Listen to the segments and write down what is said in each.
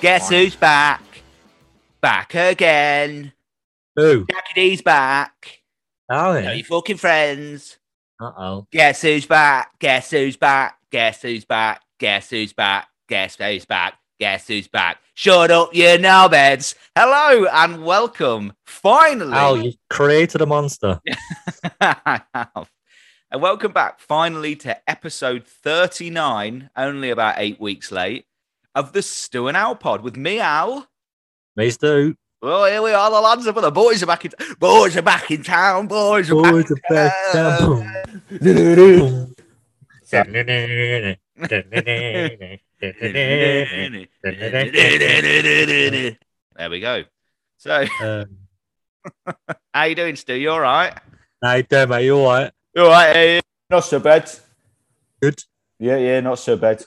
Guess who's back? Back again. Who? Jackie D's back. Darling. Are you fucking friends? Uh oh. Guess who's back? Guess who's back? Guess who's back? Guess who's back? Guess who's back? Guess who's back? Shut up, you knobheads. Hello and welcome. Finally. Al, you've created a monster. I have. And welcome back finally to episode 39, only about eight weeks late, of the Stu and Al pod with me, Al. Mace do. Well, here we are, the lads are, the boys are back in boys are back in town, boys are Boys are back back in town. Boom. So- Um, there we go. So, Um, how you doing, Stu? You all right? How you doing, mate? You alright? You all right? Not so bad. Good. Yeah, yeah, not so bad.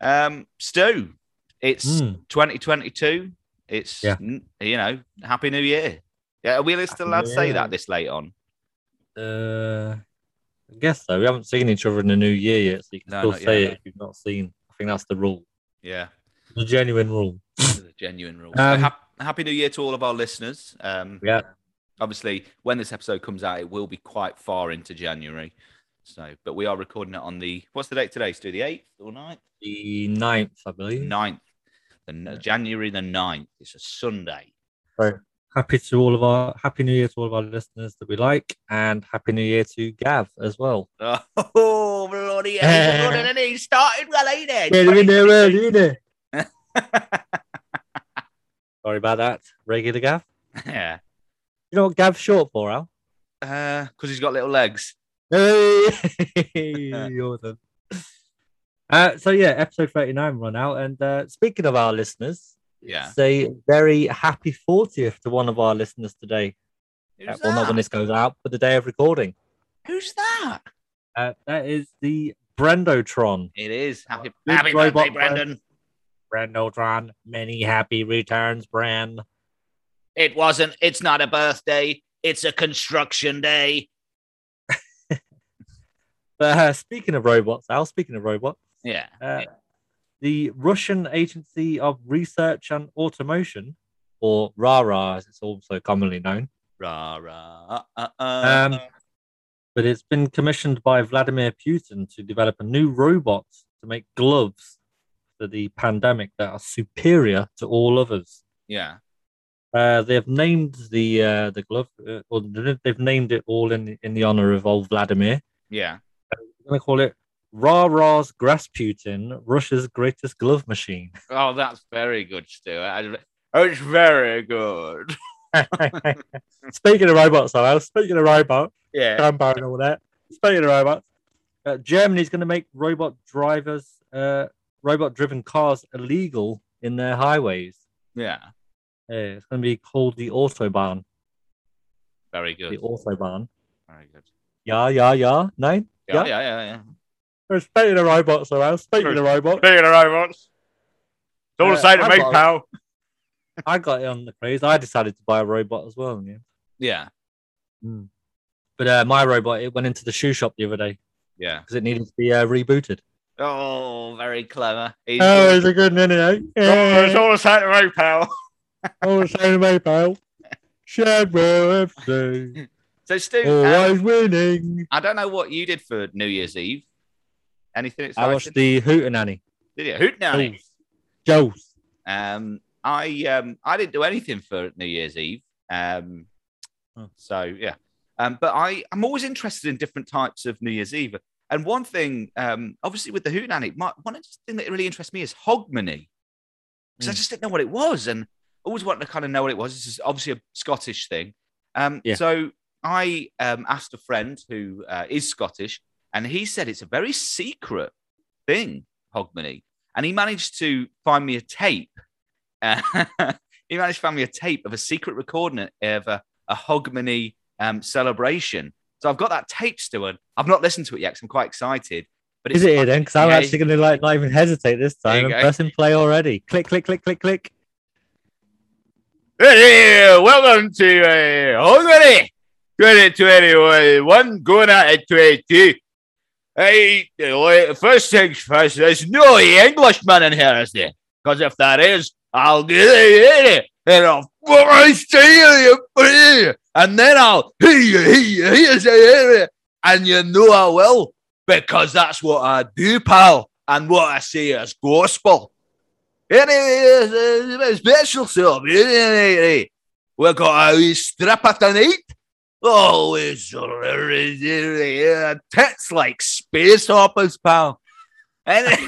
Um, Stu, it's Mm. 2022. It's Yeah. n- you know, Happy New Year. Yeah, are we still allowed to say New that Year. this late on? Uh, I guess so. We haven't seen each other in the new year yet, so you can No, still not say yet, it if you've not seen. I think that's the rule. Yeah, The genuine rule. this is a genuine rule. Um, so hap- happy New Year to all of our listeners. Um, Yeah. obviously, when this episode comes out, it will be quite far into January. So, but we are recording it on the what's the date today? Stu, the eighth or 9th? The ninth, I believe. 9th. The, n- January the 9th. It's a Sunday. happy to all of our happy new year to all of our listeners that we like and happy new year to gav as well Oh, bloody hell. he's running and he started well, ain't it? sorry about that regular gav yeah. you know what gav's short for al Because he's got little legs. Hey! You're the- uh, so yeah episode 39 run out and uh, speaking of our listeners Yeah. it's a very happy 40th to one of our listeners today Uh, Who's well not when that? this goes out but the day of recording Who's that? uh, that is the brendotron It is. Happy, Big happy robot birthday, man. Brendan. brendotron many happy returns bran It wasn't. It's not a birthday. It's a construction day. But uh, speaking of robots, Al, speaking of robots, Yeah. uh, the Russian Agency of Research and Automation, or RARA as it's also commonly known, um, Rah, rah, uh, uh, uh. but it's been commissioned by Vladimir Putin to develop a new robot to make gloves for the pandemic that are superior to all others. yeah. Uh, they've named the uh, the glove, uh, or they've named it all in in the honor of old Vladimir. Yeah. I'm gonna call it Rah Rah's Putin, Russia's greatest glove machine. Oh, that's very good, Stuart. I, oh, it's very good. speaking of robots, though, Al, speaking of robots, Yeah. Rambo and all that. Speaking of robots, uh, Germany's gonna make robot drivers, uh, robot driven cars illegal in their highways. Yeah. Uh, it's gonna be called the Autobahn. Very The good. Autobahn. Very good. Yeah, yeah, yeah. Nein. Yeah. Yeah. Yeah. Yeah. yeah. Uh, Speaking of robots, though, Al, speaking of robots, Speaking of robots, it's all the Uh, same to me, I've got- pal. I got it on the craze. I decided to buy a robot as well. Yeah. Yeah. But uh, my robot, it went into the shoe shop the other day. Yeah. because it needed to be uh, rebooted. Oh, very clever. He's Oh, good. it's a good minute. Oh, Eh? all the same to me, pal. All the same, mate, pal. Shamrock FC, So, Stu, um, eh? always winning. I don't know what you did for New Year's Eve. Anything I exciting? watched the Hootenanny. Did you? Hoot now. Joes. Joes. Um, I um, I didn't do anything for New Year's Eve. Um, Hmm. so yeah. Um, but I I'm always interested in different types of New Year's Eve. And one thing, um, obviously with the Hootenanny, my, one thing that really interests me is hogmanay, because I Hmm. just didn't know what it was, and always wanted to kind of know what it was. This is obviously a Scottish thing. Um, Yeah. So I um, asked a friend who uh, is Scottish, and he said it's a very secret thing, hogmanay. And he managed to find me a tape. Uh, he managed to find me a tape of a secret recording of a, a hogmanay um, celebration. So I've got that tape, Stuart. I've not listened to it yet 'cause I'm quite excited. But Is it's it here then? Because I'm Yeah, actually going to like not even hesitate this There you time and go. pressing play already. Click, click, click, click, click. Hey, welcome to uh, Hungary 2021 going out at 22. Hey, uh, first things first, there's no Englishman in here, is there? Because if there is, I'll get it in it, and I'll fucking steal you, put it in you, and then I'll hear you, hear you, hear you, say hear you, and you know I will, because that's what I do, pal, and what I say is gospel. It is a special service. We got a Oh, wee strip of the night. Always tits uh, like space hoppers, pal. And.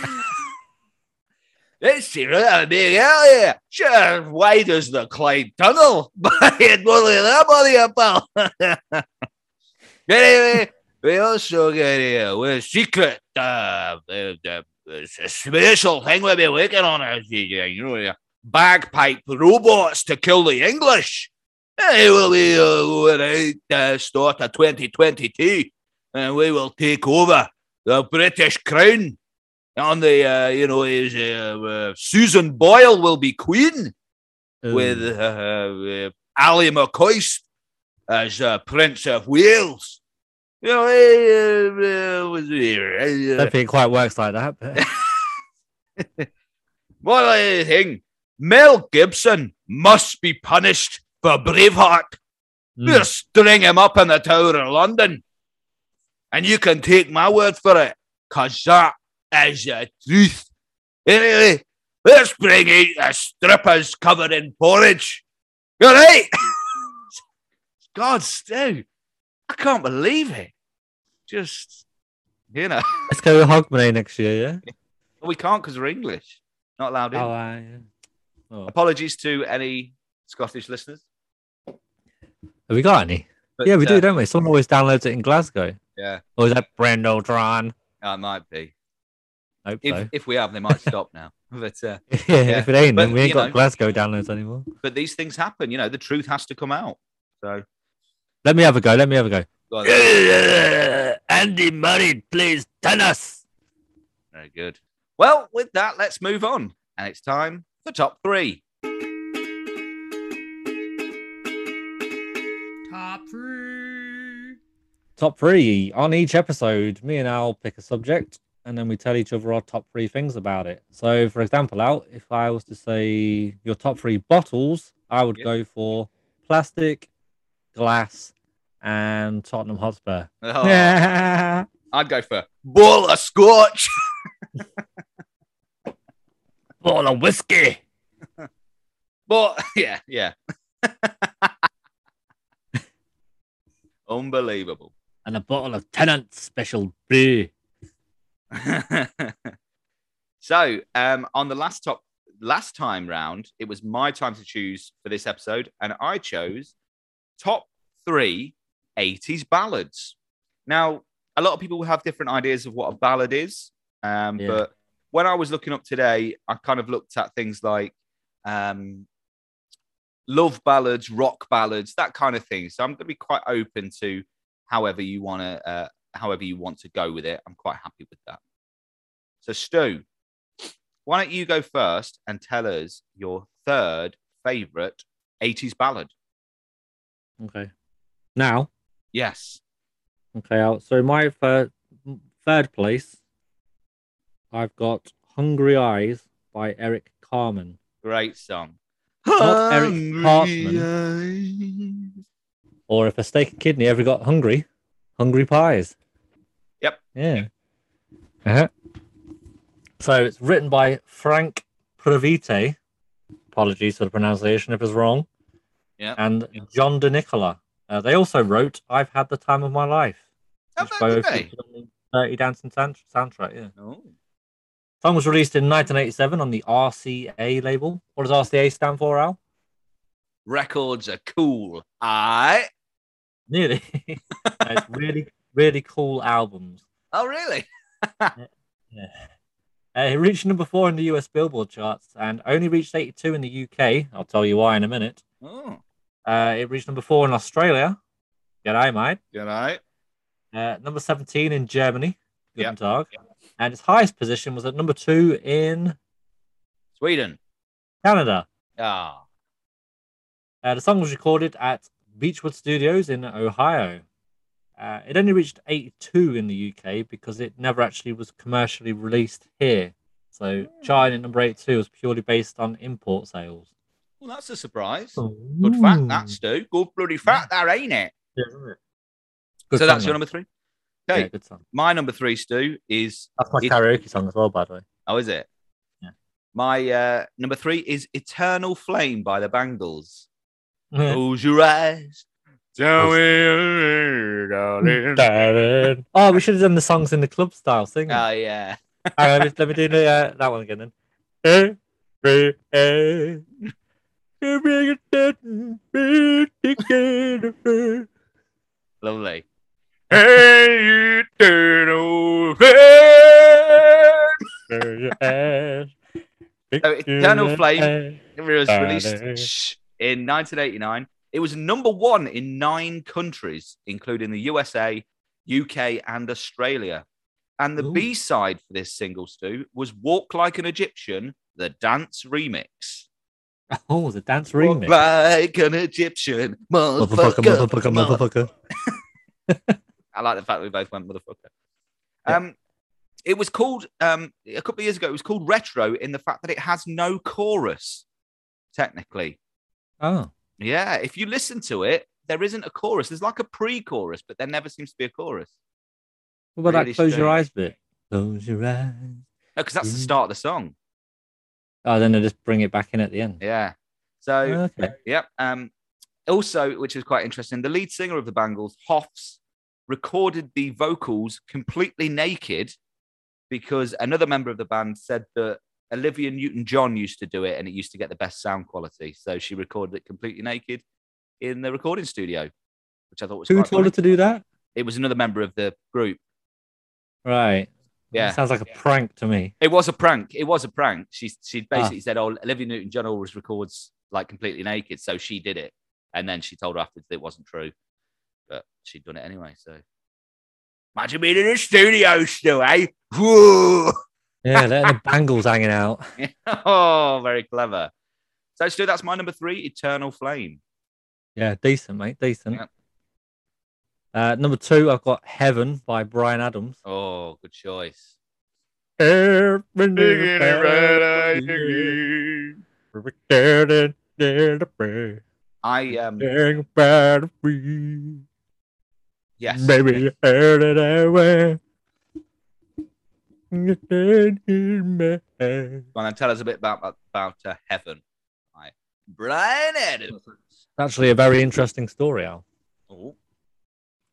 It's serious. I mean, earlier. Sure, wide as the Clyde Tunnel, but it wasn't that money about. anyway, we also get here with a secret, uh, uh, uh, uh, special thing we'll be working on. uh, You know, uh, bagpipe robots to kill the English. They will be uh, right uh, start of 2022, and we will take over the British crown on the uh, you know is uh, uh, Susan Boyle will be queen with uh, uh, Ali McCoist as uh, Prince of Wales. You know, eh, uh, uh, was here, eh, I uh, don't think it quite works like that. But What I think, Mel Gibson must be punished for Braveheart. Hmm. Mm. Just string him up in the Tower of London. And you can take my word for it, because that is the truth. Anyway, let's bring out the strippers covered in porridge. All right? God, Stu, I can't believe it. Just, you know, let's go with Hogmanay next year, we can't because we're English. Not allowed in. yeah? Oh, uh, yeah. Oh. Apologies to any Scottish listeners. Have we got any? But, yeah, we uh, do, don't we? Someone always downloads it in Glasgow. Yeah. Or is that Brendaldron? uh, it might be. Hope If, so. if we have, they might stop now. But uh, yeah, if it ain't, but, then we ain't you got know. Glasgow downloads anymore. but these things happen. You know, the truth has to come out. So Let me have a go. Let me have a go. go on, then. Uh, Andy Murray plays tennis. very good. Well, with that, let's move on, and it's time for top three. Top three. Top three. On each episode, me and Al pick a subject and then we tell each other our top three things about it. So, for example, Al, if I was to say your top three bottles, I would Yep. go for plastic, glass, and Tottenham Hotspur. Oh, Yeah. I'd go for ball of scotch. Bottle of whiskey. But yeah, yeah. Unbelievable. And a bottle of Tennant Special Brew. so um, on the last top last time round, it was my time to choose for this episode, and I chose top three 80s ballads. Now, a lot of people have different ideas of what a ballad is, um, Yeah. but when I was looking up today, I kind of looked at things like um, love ballads, rock ballads, that kind of thing. So I'm going to be quite open to however you want to uh, however you want to go with it. I'm quite happy with that. So Stu, why don't you go first and tell us your third favorite 80s ballad? Okay. Now, Yes. Okay, Al. so my third, third place, I've got Hungry Eyes by Eric Carmen. Great song. Not Eric Cartman. Hungry eyes. Or if a steak and kidney ever got hungry, Hungry Pies. Yep. Yeah. Uh-huh. So it's written by Frank Previte. Apologies for the pronunciation if it's wrong. Yep. And John De Nicola. Uh, they also wrote I've Had the Time of My Life. How which bad both did they? featured on the Dirty Dancing sound- soundtrack, yeah. Oh, Song was released in 1987 on the RCA label. What does RCA stand for, Al? Records are cool. I. Nearly. Uh, it's really, really cool albums. Oh, really? Yeah. Uh, it reached number four in the US Billboard charts and only reached 82 in the UK. I'll tell you why in a minute. Oh, Uh, it reached number four in Australia. G'day, mate. you know. Uh, number 17 in Germany. Guten Yep. Tag. And its highest position was at number two in Sweden. Canada. Ah, Uh, the song was recorded at Beechwood Studios in Ohio. Uh, it only reached 82 in the UK because it never actually was commercially released here. So China at number 82 was purely based on import sales. Well, that's a surprise. Good fact, that Stu. Good bloody fact, there, ain't it? Yeah, isn't it? so that's song, your though. number three. Okay, Yeah, good song. my number three, Stu, is That's my It- karaoke song as well, by the way. oh, is it? Yeah. My uh, number three is "Eternal Flame" by the Bangles. Yeah. Close your eyes. Tell me your darling. Darren. Oh, we should have done the songs in the club style singing. Oh yeah. All right, let me, let me do the, uh, that one again then. Every day, every day, we're together. Lovely. Hey, eternal flame. so Eternal Flame It was Ba-da. released shh, in 1989. It was number one in nine countries, including the USA, UK, and Australia. And the Ooh. B side for this single, Stu, was Walk Like an Egyptian, the dance remix. Oh, the dance remix. Walk like an Egyptian, motherfucker, motherfucker, motherfucker, motherfucker. I like the fact that we both went motherfucker. Um, it was called um, a couple of years ago. It was called retro in the fact that it has no chorus, technically. Oh, Yeah, if you listen to it, there isn't a chorus. There's like a pre-chorus, but there never seems to be a chorus. what about Really that close your strange. eyes bit? Close your eyes. No, because that's the Mm. start of the song. Oh, then they just bring it back in at the end. Oh, Yeah. So Okay. Yep. Um, also, which is quite interesting, the lead singer of the Bangles, Hoffs, recorded the vocals completely naked because another member of the band said that Olivia Newton John used to do it and it used to get the best sound quality. So she recorded it completely naked in the recording studio, which I thought was Who quite told her funny. to do that? It was another member of the group. Right. Yeah. That sounds like a prank to me. It was a prank. It was a prank. She she Ah. basically said, "Oh, Olivia Newton-John always records like completely naked," so she did it, and then she told her afterwards that it wasn't true, but she'd done it anyway. So imagine being in a studio still, eh? Whoa! Yeah, letting the bangles hanging out. oh, very clever. So, Stu, that's my number three, Eternal Flame. Yeah, decent, mate. Decent. Yep. Uh, number two, I've got Heaven by Brian Adams. Oh, good choice. I um yes. Baby, heard it away. You can hear me. Go on, then tell us a bit about about uh, Heaven. by Brian Adams. It's actually a very interesting story, Al. Oh,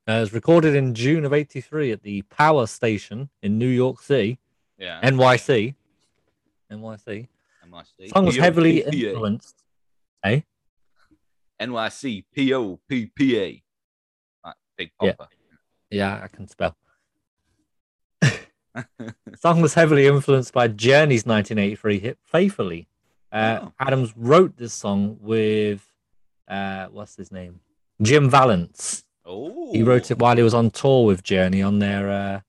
Uh, it was recorded in June of 83 at the Power Station in New York City, yeah. NYC. NYC. NYC. song was PO, heavily PPA. influenced. NYC P O P P A. Like Big Yeah. Popper. Yeah, I can spell. song was heavily influenced by Journey's 1983 hit "Faithfully." Uh, Oh. Adams wrote this song with uh, what's his name, Jim Valance. Oh, He wrote it while he was on tour with Journey on their uh,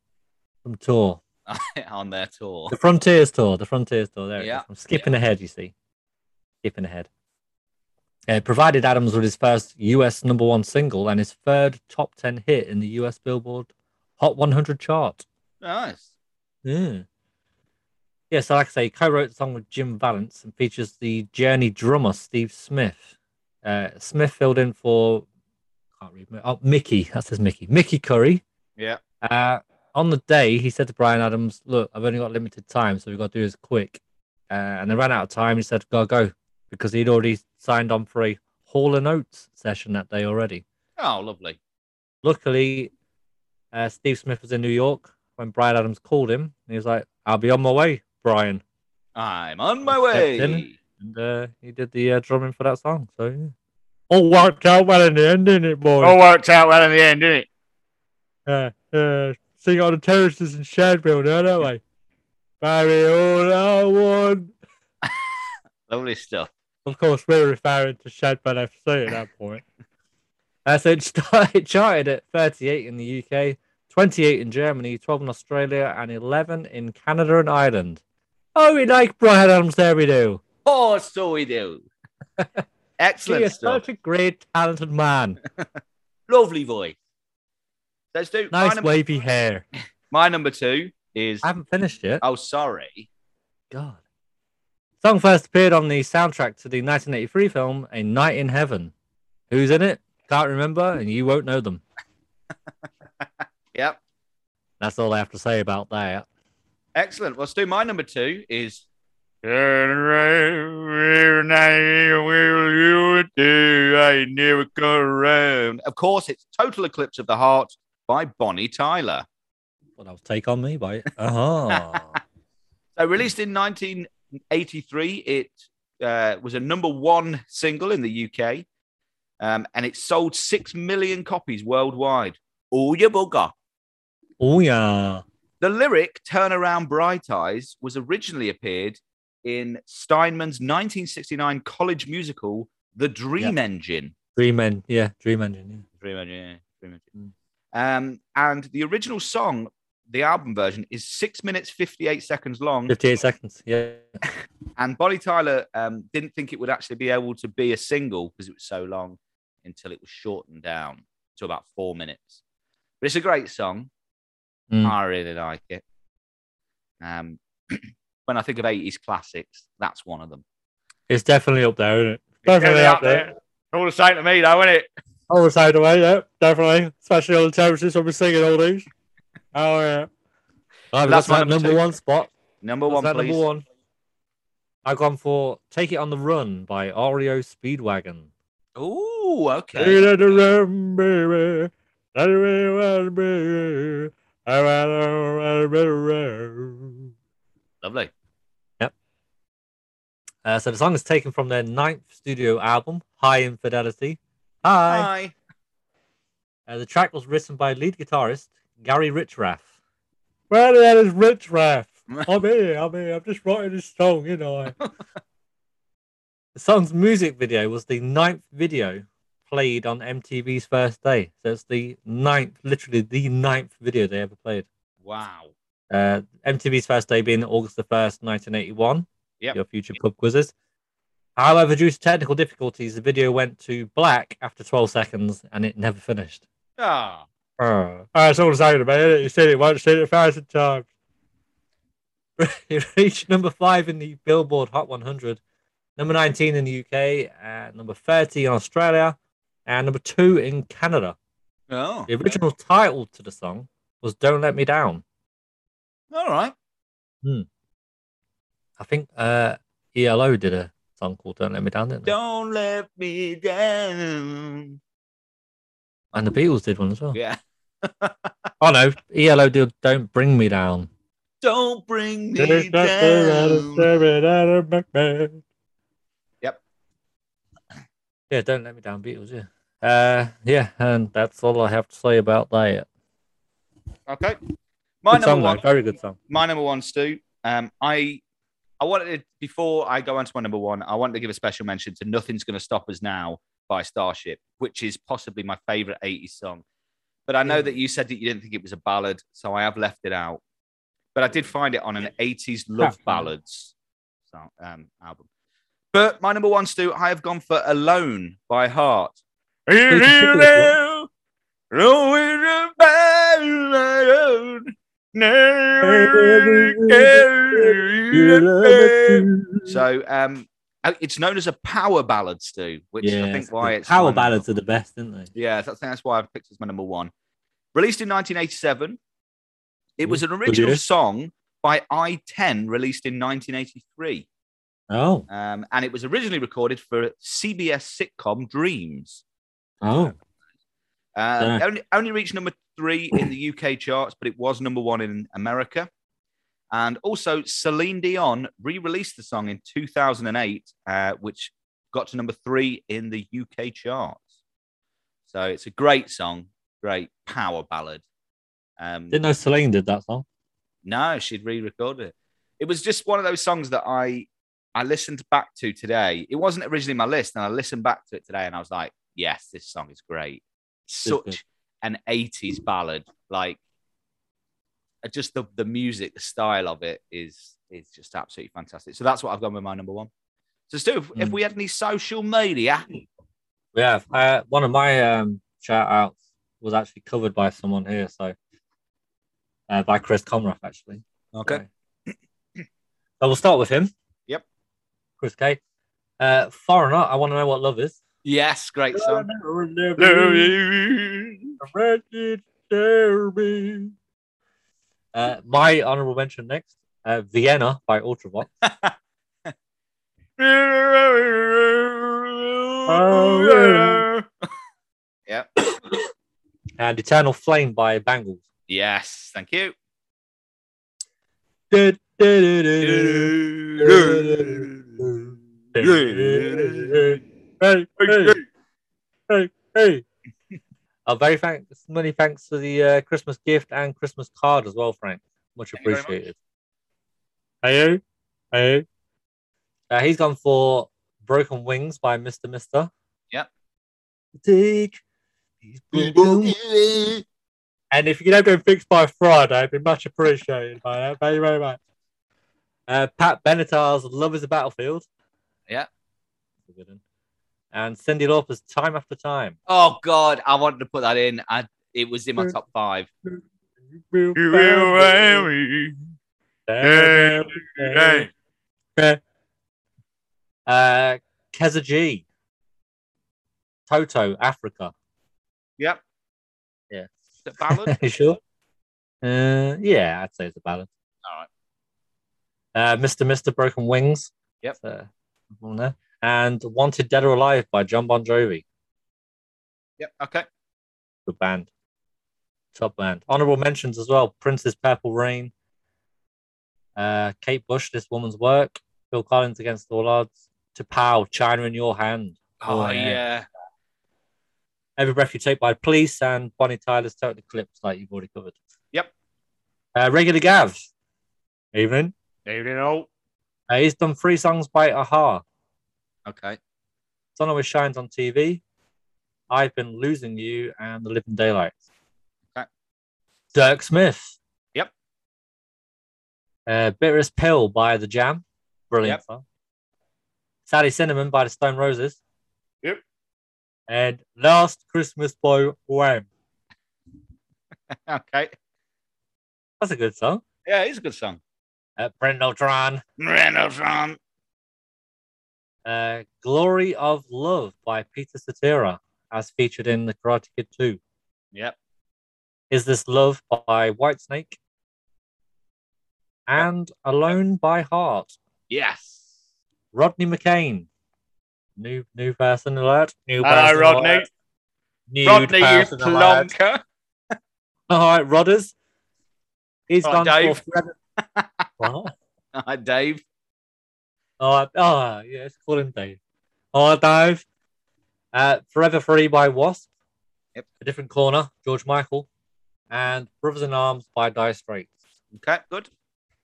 some tour, on their tour. the Frontiers tour, the Frontiers tour. There, it is. Yeah, I'm skipping ahead. You see, skipping ahead. Uh, It provided Adams with his first U.S. number one single and his third top ten hit in the U.S. Billboard Hot 100 chart. Nice. Yeah. Mm. Yeah, so like I say, he co-wrote the song with Jim Valance and features the Journey drummer Steve Smith. Uh, Smith filled in for can't read oh, Mickey. That's his Mickey. Mickey Curry. Yeah. Uh, on the day, he said to Brian Adams, "Look, I've only got limited time, so we've got to do this quick." Uh, and they ran out of time. He said, "Go go," because he'd already signed on for a Hall and Oates session that day already. Oh, lovely. Luckily, uh, Steve Smith was in New York when Brian Adams called him. And he was like, I'll be on my way, Brian. I'm on my Stepped way. in. And uh, he did the uh, drumming for that song. So, yeah. All worked out well in the end, didn't it, boy? worked out well in the end, didn't it? Uh, uh, sing on the terraces in Shadville, no, that way. Barry, all I want. Lovely stuff. Of course, we're referring to Shadbelly FC at that point. Uh, so it, started, it charted at 38 in the UK, 28 in Germany, 12 in Australia, and 11 in Canada and Ireland. Oh, we like Brian Adams, there we do. Oh, so we do. He Excellent is stuff. such a great, talented man. Lovely voice. Let's do my, Nice num- wavy hair. my number two is. I haven't finished yet. Oh, sorry. God. Song first appeared on the soundtrack to the 1983 film A Night in Heaven. Who's in it? Can't remember, and you won't know them. Yep. That's all I have to say about that. Excellent. Well, Stu, my number two is. Of course, it's Total Eclipse of the Heart by Bonnie Tyler. Well, that was Take On Me by. Uh-huh. So, released in 1983, it uh, was a number one single in the UK um, and it sold 6 million copies worldwide. Oh, you bugger. oh, yeah. The lyric "Turn Around Bright Eyes" was originally appeared in Steinman's 1969 college musical *The Dream Engine*. Dream Engine. Yeah. Dream Engine. Dream Engine, Dream Engine. Um, and the original song, the album version, is six minutes fifty-eight seconds long. Yeah. 58 seconds. Yeah. And Bonnie Tyler um, didn't think it would actually be able to be a single because it was so long until it was shortened down to about four minutes. But it's a great song. Mm. I really like it. Um, when I think of 80s classics, that's one of them. It's definitely up there, isn't it? definitely up there. All the same to me, though, isn't it? All the same way, yeah, definitely. Especially all the times since I've been singing all these. Oh yeah. That's that's my my number number two. one spot. Number That's one, my please. number one. I've gone for "Take It on the Run" by REO Speedwagon. Ooh, okay. Take it on the run, baby. Let it run, baby. I wanna run, run, run. Lovely. Uh, so the song is taken from their ninth studio album, High Infidelity. Hi. Hi. Uh, the track was written by lead guitarist Gary Richraff. Well, that is Richraff. I'm here. I'm here. I'm just writing this song, you know. the song's music video was the ninth video played on MTV's first day. So it's the ninth, literally the ninth video they ever played. Wow. Uh, MTV's first day being August the 1st, 1981. Yep. Your future pub quizzes. However, due to technical difficulties, the video went to black after 12 seconds and it never finished. Ah. Uh, that's all I'm saying about it. You said it once, said it a thousand times. it reached number five in the Billboard Hot 100, number 19 in the UK, uh, number 30 in Australia, and number two in Canada. Oh. The original title to the song was Don't Let Me Down. All right. I think uh, ELO did a song called Don't Let Me Down, didn't they? Don't let me down. And the Beatles did one as well. Yeah. Oh no, ELO did Don't Bring Me Down. Don't bring me down. Yep. Yep. Yeah, don't let me down, Beatles. Yeah. Uh, yeah, and that's all I have to say about that. Okay. My good number song, one. though. Very good song. my number one, Stu. Um, I I wanted before I go on to my number one, I wanted to give a special mention to "Nothing's Going to Stop Us Now" by Starship, which is possibly my favorite '80s song. But I know that you said that you didn't think it was a ballad, so I have left it out. But I did find it on an '80s love Absolutely. ballads so, um, album. But my number one, Stu, I have gone for "Alone" by Heart. you pick this So um, uh, it's known as a power ballad, Stu, which I think why it's power one- ballads are the best, isn't they? Yeah, that's, that's why I've picked it as my number one. Released in 1987, it was an original year. song by I-10, released in 1983, Oh, um, and it was originally recorded for CBS sitcom Dreams. oh, Uh, Yeah. only, only reached number three in the UK charts, but it was number one in America. And also, Celine Dion re released the song in 2008, uh, which got to number three in the UK charts. So it's a great song, great power ballad. Um, didn't know Celine did that song. no, she'd re-recorded it. It was just one of those songs that I I listened back to today. It wasn't originally my list, and I listened back to it today, and I was like, "Yes, this song is great." good. Such an '80s ballad, like uh, just the the music, the style of it is is just absolutely fantastic. So that's what I've gone with my number one. So Stu, if, if Mm. we had any social media, Yeah, uh, one of my um, shout outs was actually covered by someone here, so uh, by Chris Comroff actually. okay, So- But we'll start with him. Yep. Chris K. Uh, Foreigner, I want to know what love is. Yes, great song. Uh, my honorable mention next uh, Vienna by Ultravox. and Eternal Flame by Bangles. Yes, thank you. Hey, hey, hey, hey. Uh, very thanks, many thanks for the uh, Christmas gift and Christmas card as well, Frank. Much Thank you very much. appreciated. Hey, hey, hey. Uh, he's gone for Broken Wings by Mr. Mister. Yep. Take these broken And if you can have them fixed by Friday, it'd be much appreciated by that. Thank you very much. Uh, Pat Benatar's Love is a Battlefield. Yeah. That's a good one. And Cindy Lauper's Time After Time. Oh God, I wanted to put that in. I it was in my top five. Uh, Keza G. Toto, Africa. Yep. Yeah. Is it ballad? you sure? Uh, yeah, I'd say it's a ballad. All right. Uh, Mr. Mr. Broken Wings. Yep. Uh, one there. and Wanted Dead or Alive by John Bon Jovi. yep. Okay. Good band. Top band. Honorable mentions as well Prince's Purple Rain, uh, Kate Bush, This Woman's Work, Phil Collins Against All Odds, To Pow, China in Your Hand, Oh, Oh, yeah. yeah. Every Breath You Take by Police, and Bonnie Tyler's Total Eclipse, like you've already covered. Yep. Uh, Regular Gav. Evening. Uh, he's done three songs by Aha. Okay. Sun Always Shines on TV. I've Been Losing You and The Living Daylights. Okay. Dirk Smith. Yep. Uh, Bitterest Pill by The Jam. Brilliant Yep. song. Sally Cinnamon by The Stone Roses. Yep. And Last Christmas by Wham. Okay. That's a good song. Yeah, it's a good song. Uh, Brendel Tran. Reynolds on. Uh, Glory of Love by Peter Satira, as featured in The Karate Kid 2. Yep. Is This Love by Whitesnake and Alone by Heart. Yes. Rodney McCain. New new person alert. New person Hello, Rodney. alert. New Rodney, you person alert. plonker. All right, Rodders. He's All right, gone for Dave. Fred- What? All right, Dave. All right. Oh, yeah, it's Oh, calling Dave. All right, Dave. Uh, Forever Free by Wasp. Yep. A Different Corner, George Michael. And Brothers in Arms by Dire Straits. Okay, good.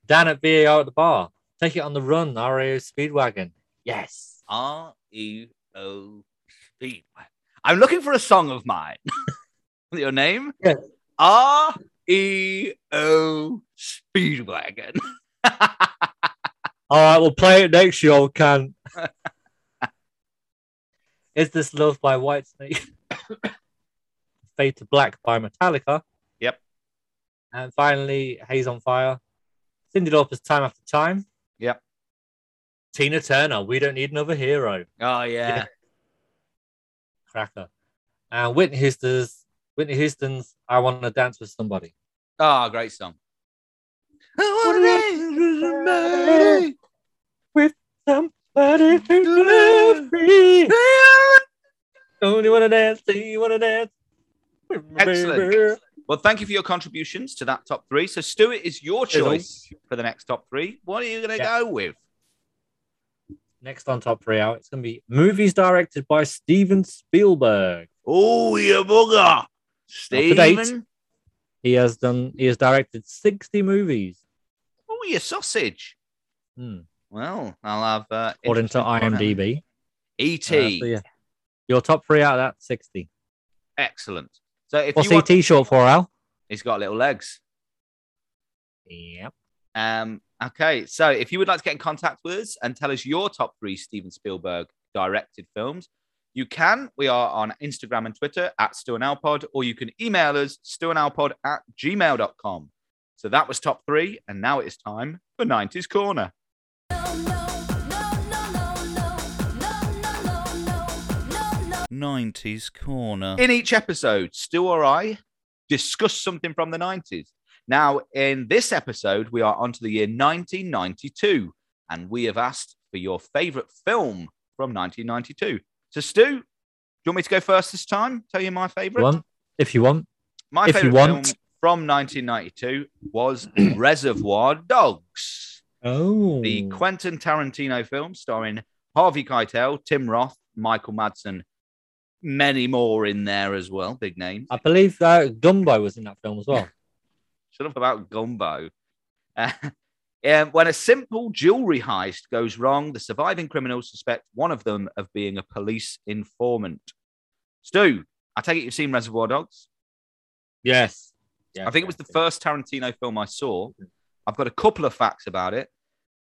Dan at VAR at the bar. Take it on the run, RAO Speedwagon. Yes. R E O Speedway. I'm looking for a song of mine. Your name? Yes. R E O Speedwagon. All right, we'll play it next year, old cunt. Is This Love by Whitesnake? Fade to Black by Metallica. Yep. And finally, Haze on Fire. Cindy Lauper's Time After Time. Yep. Tina Turner, We Don't Need Another Hero. Oh yeah. Cracker. And Whitney Houston's, Whitney Houston's I Want to Dance with Somebody. Oh, great song. Somebody who loves me. Only wanna dance, do Oh, you wanna dance? Excellent. Well, thank you for your contributions to that top three. So, Stuart, is your choice for the next top three. What are you going to Yeah. go with? Next on top three out, it's gonna be movies directed by Steven Spielberg. Oh, you bugger. to date. Stephen. He has done he has directed 60 movies Oh, you sausage. hmm, Well, I'll have. Uh, according to interesting E IMDb. Uh, content. so ET. yeah. Your top three out of that 60. Excellent. So if What's you want, ET short for Al? he's got little legs. Yep. Um. Okay. So if you would like to get in contact with us and tell us your top three Steven Spielberg directed films, you can. We are on Instagram and Twitter at Stu and Alpod, or you can email us stuandalpod at gmail.com. So that was top three, and now it is time for 90s Corner. 90s Corner. In each episode, Stu or I discuss something from the 90s. Now, in this episode, we are onto the year 1992, and we have asked for your favorite film from 1992. So, Stu, do you want me to go first this time? Tell you my favorite. One, if you want. my if you favorite want. film from 1992 was Reservoir Dogs. Oh, the Hmm. Quentin Tarantino film starring Harvey Keitel, Tim Roth, Michael Madsen, many more in there as well, big names. I believe uh, Gumbo was in that film as well. Shut up about Gumbo. Uh, um, when a simple jewelry heist goes wrong, the surviving criminals suspect one of them of being a police informant. Stu, I take it you've seen Reservoir Dogs. yes. yes. I think it was the first Tarantino film I saw. I've got a couple of facts about it.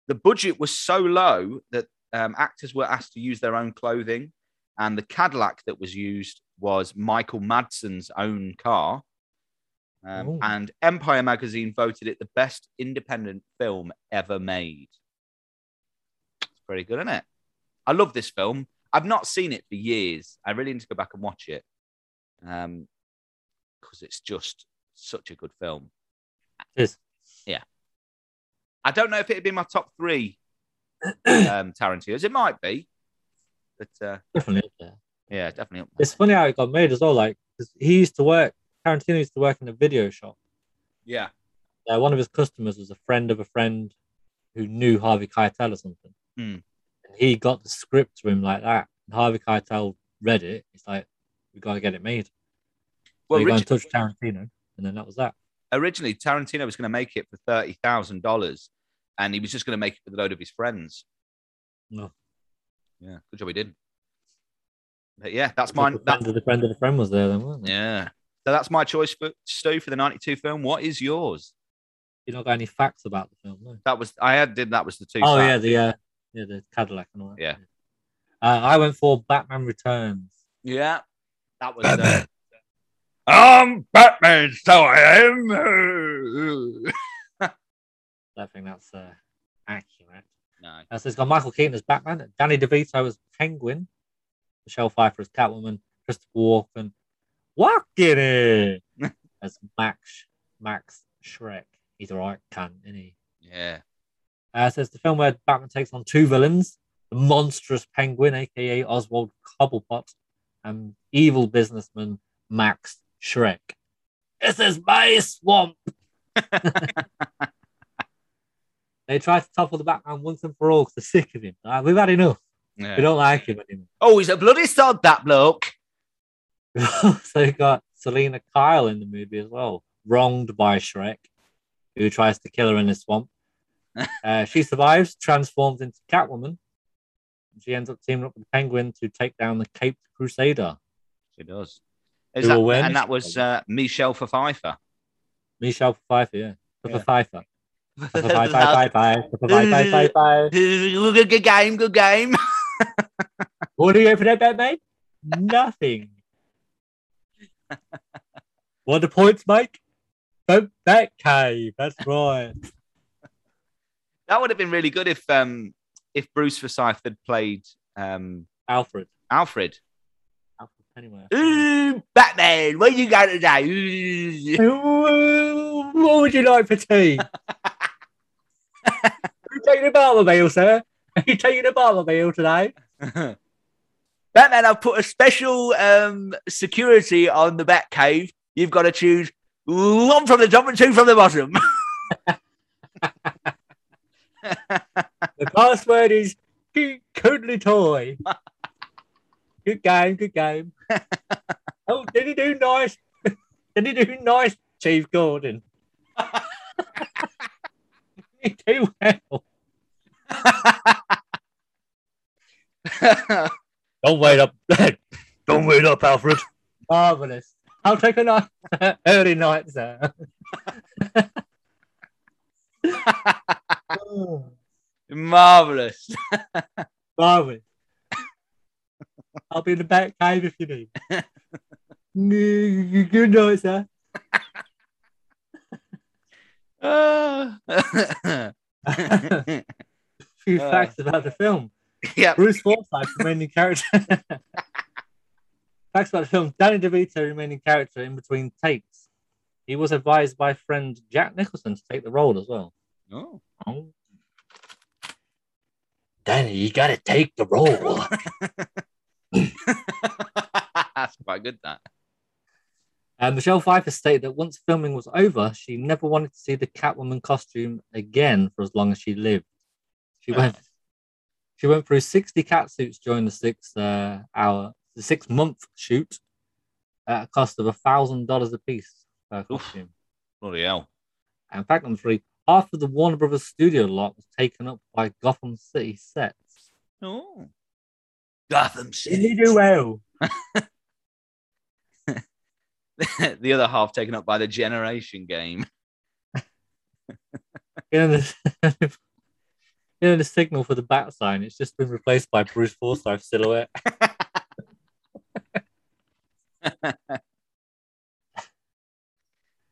The budget was so low that um, actors were asked to use their own clothing, and the Cadillac that was used was Michael Madsen's own car. Um, Ooh. and Empire magazine voted it the best independent film ever made. It's pretty good, isn't it? I love this film. I've not seen it for years. I really need to go back and watch it because it's just such a good film. It is. Yeah. I don't know if it'd be my top three um, Tarantino's. It might be. But uh, Definitely. Yeah. yeah, definitely. Up there. It's funny how it got made as well. Like, 'cause he used to work. Tarantino used to work in a video shop. Yeah. Uh, one of his customers was a friend of a friend who knew Harvey Keitel or something. Hmm. And he got the script to him like that. And Harvey Keitel read it. It's like, we got to get it made. Well, so he Richard, got in touch with Tarantino. And then that was that. originally Tarantino was going to make it for thirty thousand dollars, and he was just going to make it with a load of his friends. No. Yeah, good job he didn't. But yeah, that's My mine. friend, That, of the friend of the friend was there then, wasn't it? yeah, so that's my choice for Stu for the '92 film. What is yours? You not got any facts about the film, no? That was I had did that was the two. Oh facts. yeah, the uh, yeah the Cadillac and all that. Yeah. Uh, I went for Batman Returns. yeah, that was. Uh, Batman. I'm Batman, so I am. I think that's uh, accurate. no, Uh, so it's got Michael Keaton as Batman, Danny DeVito as Penguin, Michelle Pfeiffer as Catwoman, Christopher Walken, walking it as Max Max Shrek. He's alright, can isn't he? yeah, Uh, so it's the film where Batman takes on two villains the monstrous penguin, aka Oswald Cobblepot, and evil businessman Max Shrek. This is my swamp. they try to topple the Batman once and for all because they're sick of him. Uh, we've had enough. yeah. We don't like him Oh, he's a bloody sod, that bloke. anymore. so you got Selena Kyle in the movie as well, wronged by Shrek, who tries to kill her in the swamp. Uh, she survives, transforms into Catwoman. She ends up teaming up with the Penguin to take down the Caped Crusader. She does. Is Who that, will win? and that was uh, Michelle for Pfeiffer. Michelle Pfeiffer, yeah. Yeah. Pfeiffer. Pfeiffer. Pfeiffer, Pfeiffer, Pfeiffer, Pfeiffer, Pfeiffer. good, good game, good game. What do you open up that, mate? Nothing. what are the points, Mike? Vote that cave. That's right. That would have been really good if um if Bruce Forsyth had played um Alfred. Alfred. Alfred Pennyworth. Ooh, Batman, what you got today? Ooh. what would you like for tea? Are you taking a Bartleby, sir? Are you taking a Bartleby today? Batman, I've put a special um security on the Batcave. You've got to choose one from the top and two from the bottom. The password is coo- Coodly Toy. good game, good game. oh, did he do nice? did he do nice, Chief Gordon? did he do well? Don't wait up. Don't wait up, Alfred. Marvelous. I'll take a night, early night, sir. Marvelous. Marvin. I'll be in the back cave if you need. Good- Good night, sir. Ah. few Uh. facts about the film. yeah. Bruce Forsyth, remaining character. Facts about the film. Danny DeVito, remaining character in between takes. He was advised by friend Jack Nicholson to take the role as well. Oh. Danny, you gotta take the role. That's quite good. That. Uh, Michelle Pfeiffer stated that once filming was over, she never wanted to see the Catwoman costume again for as long as she lived. She Oh. went, she went through sixty catsuits during the six uh, hour, the six month shoot, at a cost of a thousand dollars a piece per Oof. costume. Bloody hell. And fact number three: half of the Warner Brothers studio lot was taken up by Gotham City sets. Oh. Gotham City. well. the other half taken up by the Generation game. You know, the, you know the signal for the bat sign. It's just been replaced by Bruce Forsyth silhouette.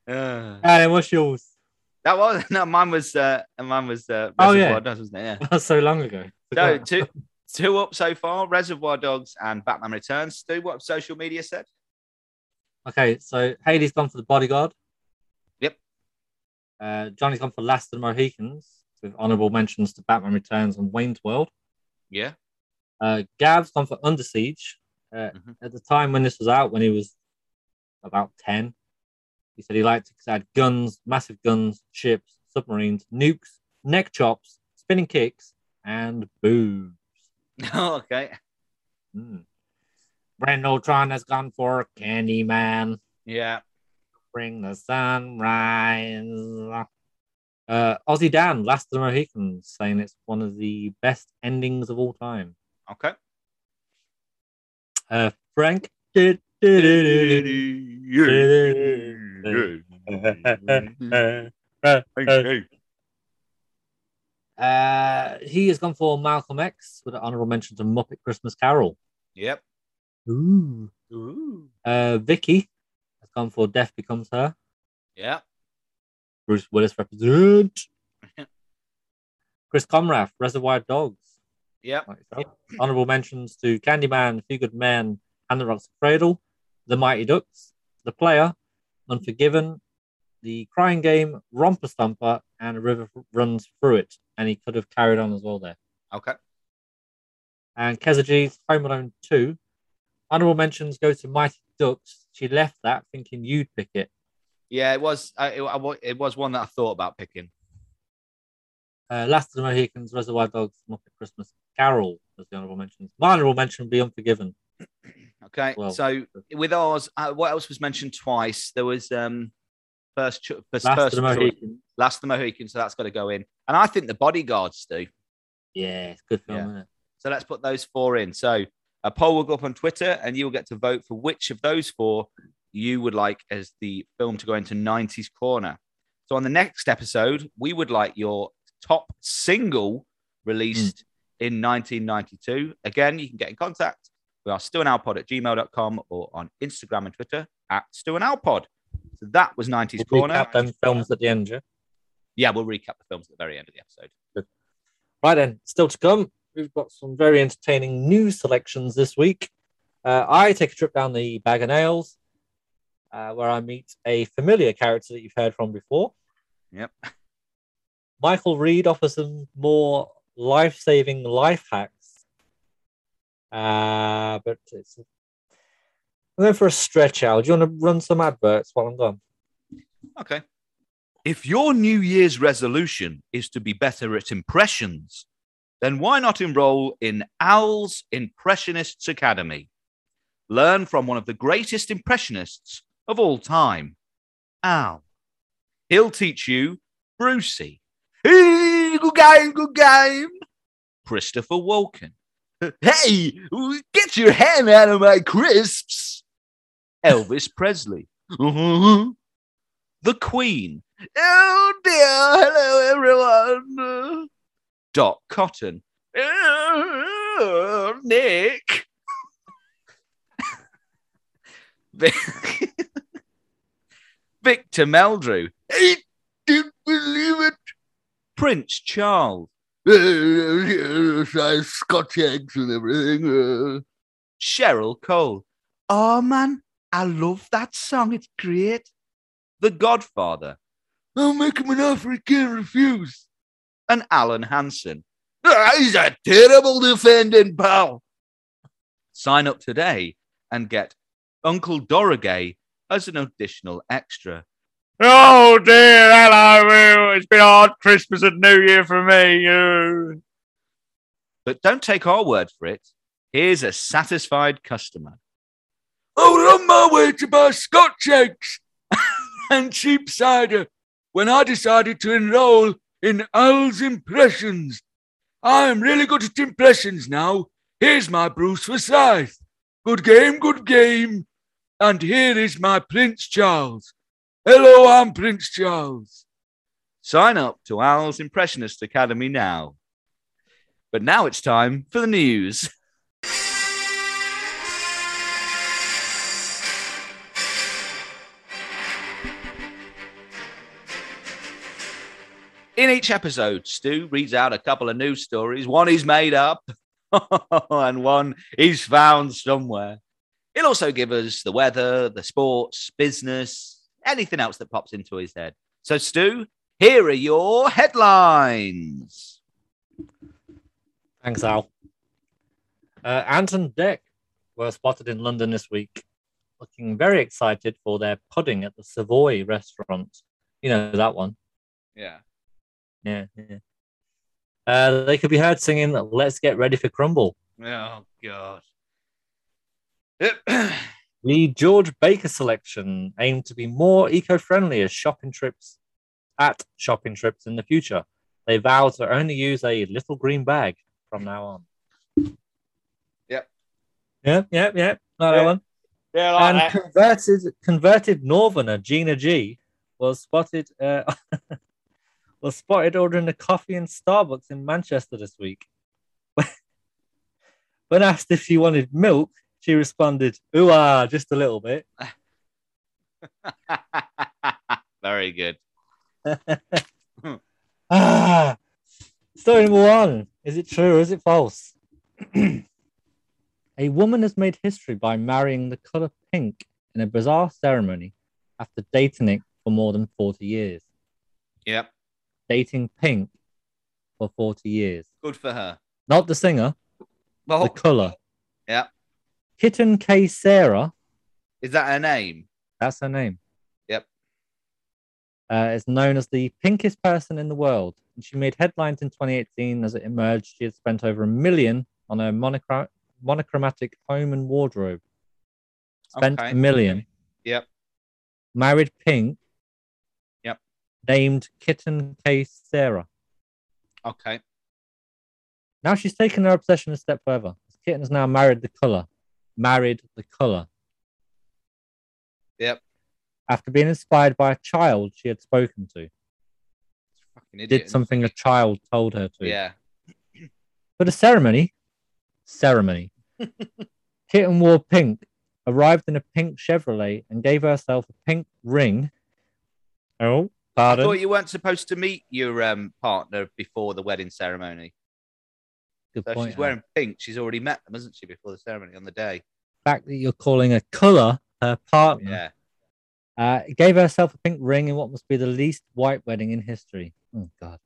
Uh, And then what's yours? that was no, mine was uh, mine was uh, Oh, Reservoir yeah. Dogs, wasn't it? Yeah. That's so long ago. So two, two up so far. Reservoir Dogs and Batman Returns. Stu, what social media said? Okay, so Haley's gone for the bodyguard. Yep. Uh, Johnny's gone for Last of the Mohicans with honorable mentions to Batman Returns and Wayne's World. Yeah. Uh, Gav's gone for Under Siege. Uh, Mhm. At the time when this was out, when he was about 10, he said he liked it 'cause it had guns, massive guns, ships, submarines, nukes, neck chops, spinning kicks, and boobs. Oh, okay. Mm. Brand Ultron has gone for Candyman. Yeah. Bring the sunrise. Uh, Aussie Dan, Last of the Mohicans, saying it's one of the best endings of all time. Okay. Uh, Frank. Uh, he has gone for Malcolm X with an honorable mention to Muppet Christmas Carol. Yep. Ooh. Uh, Vicky has gone for Death Becomes Her. Yeah. Bruce Willis represent. Chris Comrath, Reservoir Dogs. Yep. like yourself. Honorable mentions to Candyman, Few Good Men, and The Rock's Cradle, The Mighty Ducks, The Player, Unforgiven, The Crying Game, Romper Stomper, and A River Runs Through It. And he could have carried on as well there. Okay. And Kezaji's Home Alone 2. Honorable mentions go to Mighty Ducks. She left that thinking you'd pick it. Yeah, it was. Uh, it, I wa- it was one that I thought about picking. Uh, Last of the Mohicans, Reservoir Dogs, Muppet Christmas Carol as the honourable mentions. My honourable mention would be Unforgiven. Okay. Well- so with ours, uh, what else was mentioned twice? There was um first, cho- first, Last first of the choice- Mohicans. Last of the Mohicans. So that's got to go in. And I think the bodyguards do. Yeah, it's a good film, Yeah. isn't it? So let's put those four in. So a poll will go up on Twitter, and you'll get to vote for which of those four you would like as the film to go into 90s corner. So on the next episode, we would like your top single released Hmm. in 1992. Again, you can get in contact. We are stewandalpod at gmail.com or on Instagram and Twitter at stewandalpod. So that was 90s We'll corner. recap them films at the end, yeah? Yeah, we'll recap the films at the very end of the episode. Right then, still to come, we've got some very entertaining news selections this week. Uh, I take a trip down the Bag of Nails, uh, where I meet a familiar character that you've heard from before. Yep. Michael Reed offers some more life-saving life hacks, uh, but it's. I'm going for a stretch out. Do you want to run some adverts while I'm gone? Okay. If your New Year's resolution is to be better at impressions, then why not enroll in Owl's Impressionists Academy? Learn from one of the greatest impressionists of all time, Owl. He'll teach you Brucey. Hey, good game, good game. Christopher Walken. Hey, get your hand out of my crisps. Elvis Presley. The Queen. Oh dear, hello everyone. Doc Cotton. Oh, Nick. Vic- Victor Meldrew. I don't believe it. Prince Charles. size Scotch eggs and everything. uh. Cheryl Cole. Oh man, I love that song. It's great. The Godfather I'll make him an offer he can't refuse. and Alan Hansen. Ah, he's a terrible defendant, pal. Sign up today and get Uncle Dorogay as an additional extra. Oh dear, hello. It's been a hard Christmas and New Year for me. uh. But don't take our word for it. Here's a satisfied customer. Oh, on my way to buy Scotch eggs and cheap cider when I decided to enroll in Al's Impressions. I am really good at impressions now. Here's my Bruce Forsyth. Good game, good game. And here is my Prince Charles. Hello, I'm Prince Charles. Sign up to Al's Impressionist Academy now. But now it's time for the news. In each episode, Stu reads out a couple of news stories. One is made up and one is found somewhere. He'll also give us the weather, the sports, business, anything else that pops into his head. So, Stu, here are your headlines. Thanks, Al. Uh, Ant and Dick were spotted in London this week, looking very excited for their pudding at the Savoy restaurant. You know that one. Yeah. Yeah. yeah. Uh, they could be heard singing "Let's Get Ready for Crumble." Oh God. The George Baker selection aimed to be more eco-friendly as shopping trips at shopping trips in the future. They vow to only use a little green bag from now on. Yep. Yeah, yeah, yeah. Yeah. Not that one. Yeah, like and that. converted converted northerner Gina G was spotted uh, was spotted ordering a coffee in Starbucks in Manchester this week. when asked if she wanted milk, she responded, "Ooh ah, just a little bit." Very good. Ah, story number one: Is it true or is it false? a woman has made history by marrying the color pink in a bizarre ceremony after dating it for more than forty years. Yep. dating Pink for 40 years. Good for her. Not the singer, Well, the color. Oh. Yeah. Kitten K. Sarah, is that her name? that's her name. Yep. Uh, is known as the pinkest person in the world. And she made headlines in 2018 as it emerged she had spent over a million on her monochro- monochromatic home and wardrobe. Spent Okay. a million. Yep. Married Pink. Yep. Named Kitten K. Sarah. Okay. Now she's taken her obsession a step further. Kitten's now married the colour. Married the colour. Yep. After being inspired by a child she had spoken to, Fucking idiot. did something a child told her to. Yeah. For the ceremony, ceremony, Kitten wore pink, arrived in a pink Chevrolet, and gave herself a pink ring. Oh, I pardon. thought you weren't supposed to meet your um, partner before the wedding ceremony. Good So if point. she's Al. wearing pink. She's already met them, hasn't she, before the ceremony on the day? The fact that you're calling a colour her partner. Yeah. Uh, gave herself a pink ring in what must be the least white wedding in history. Oh, God.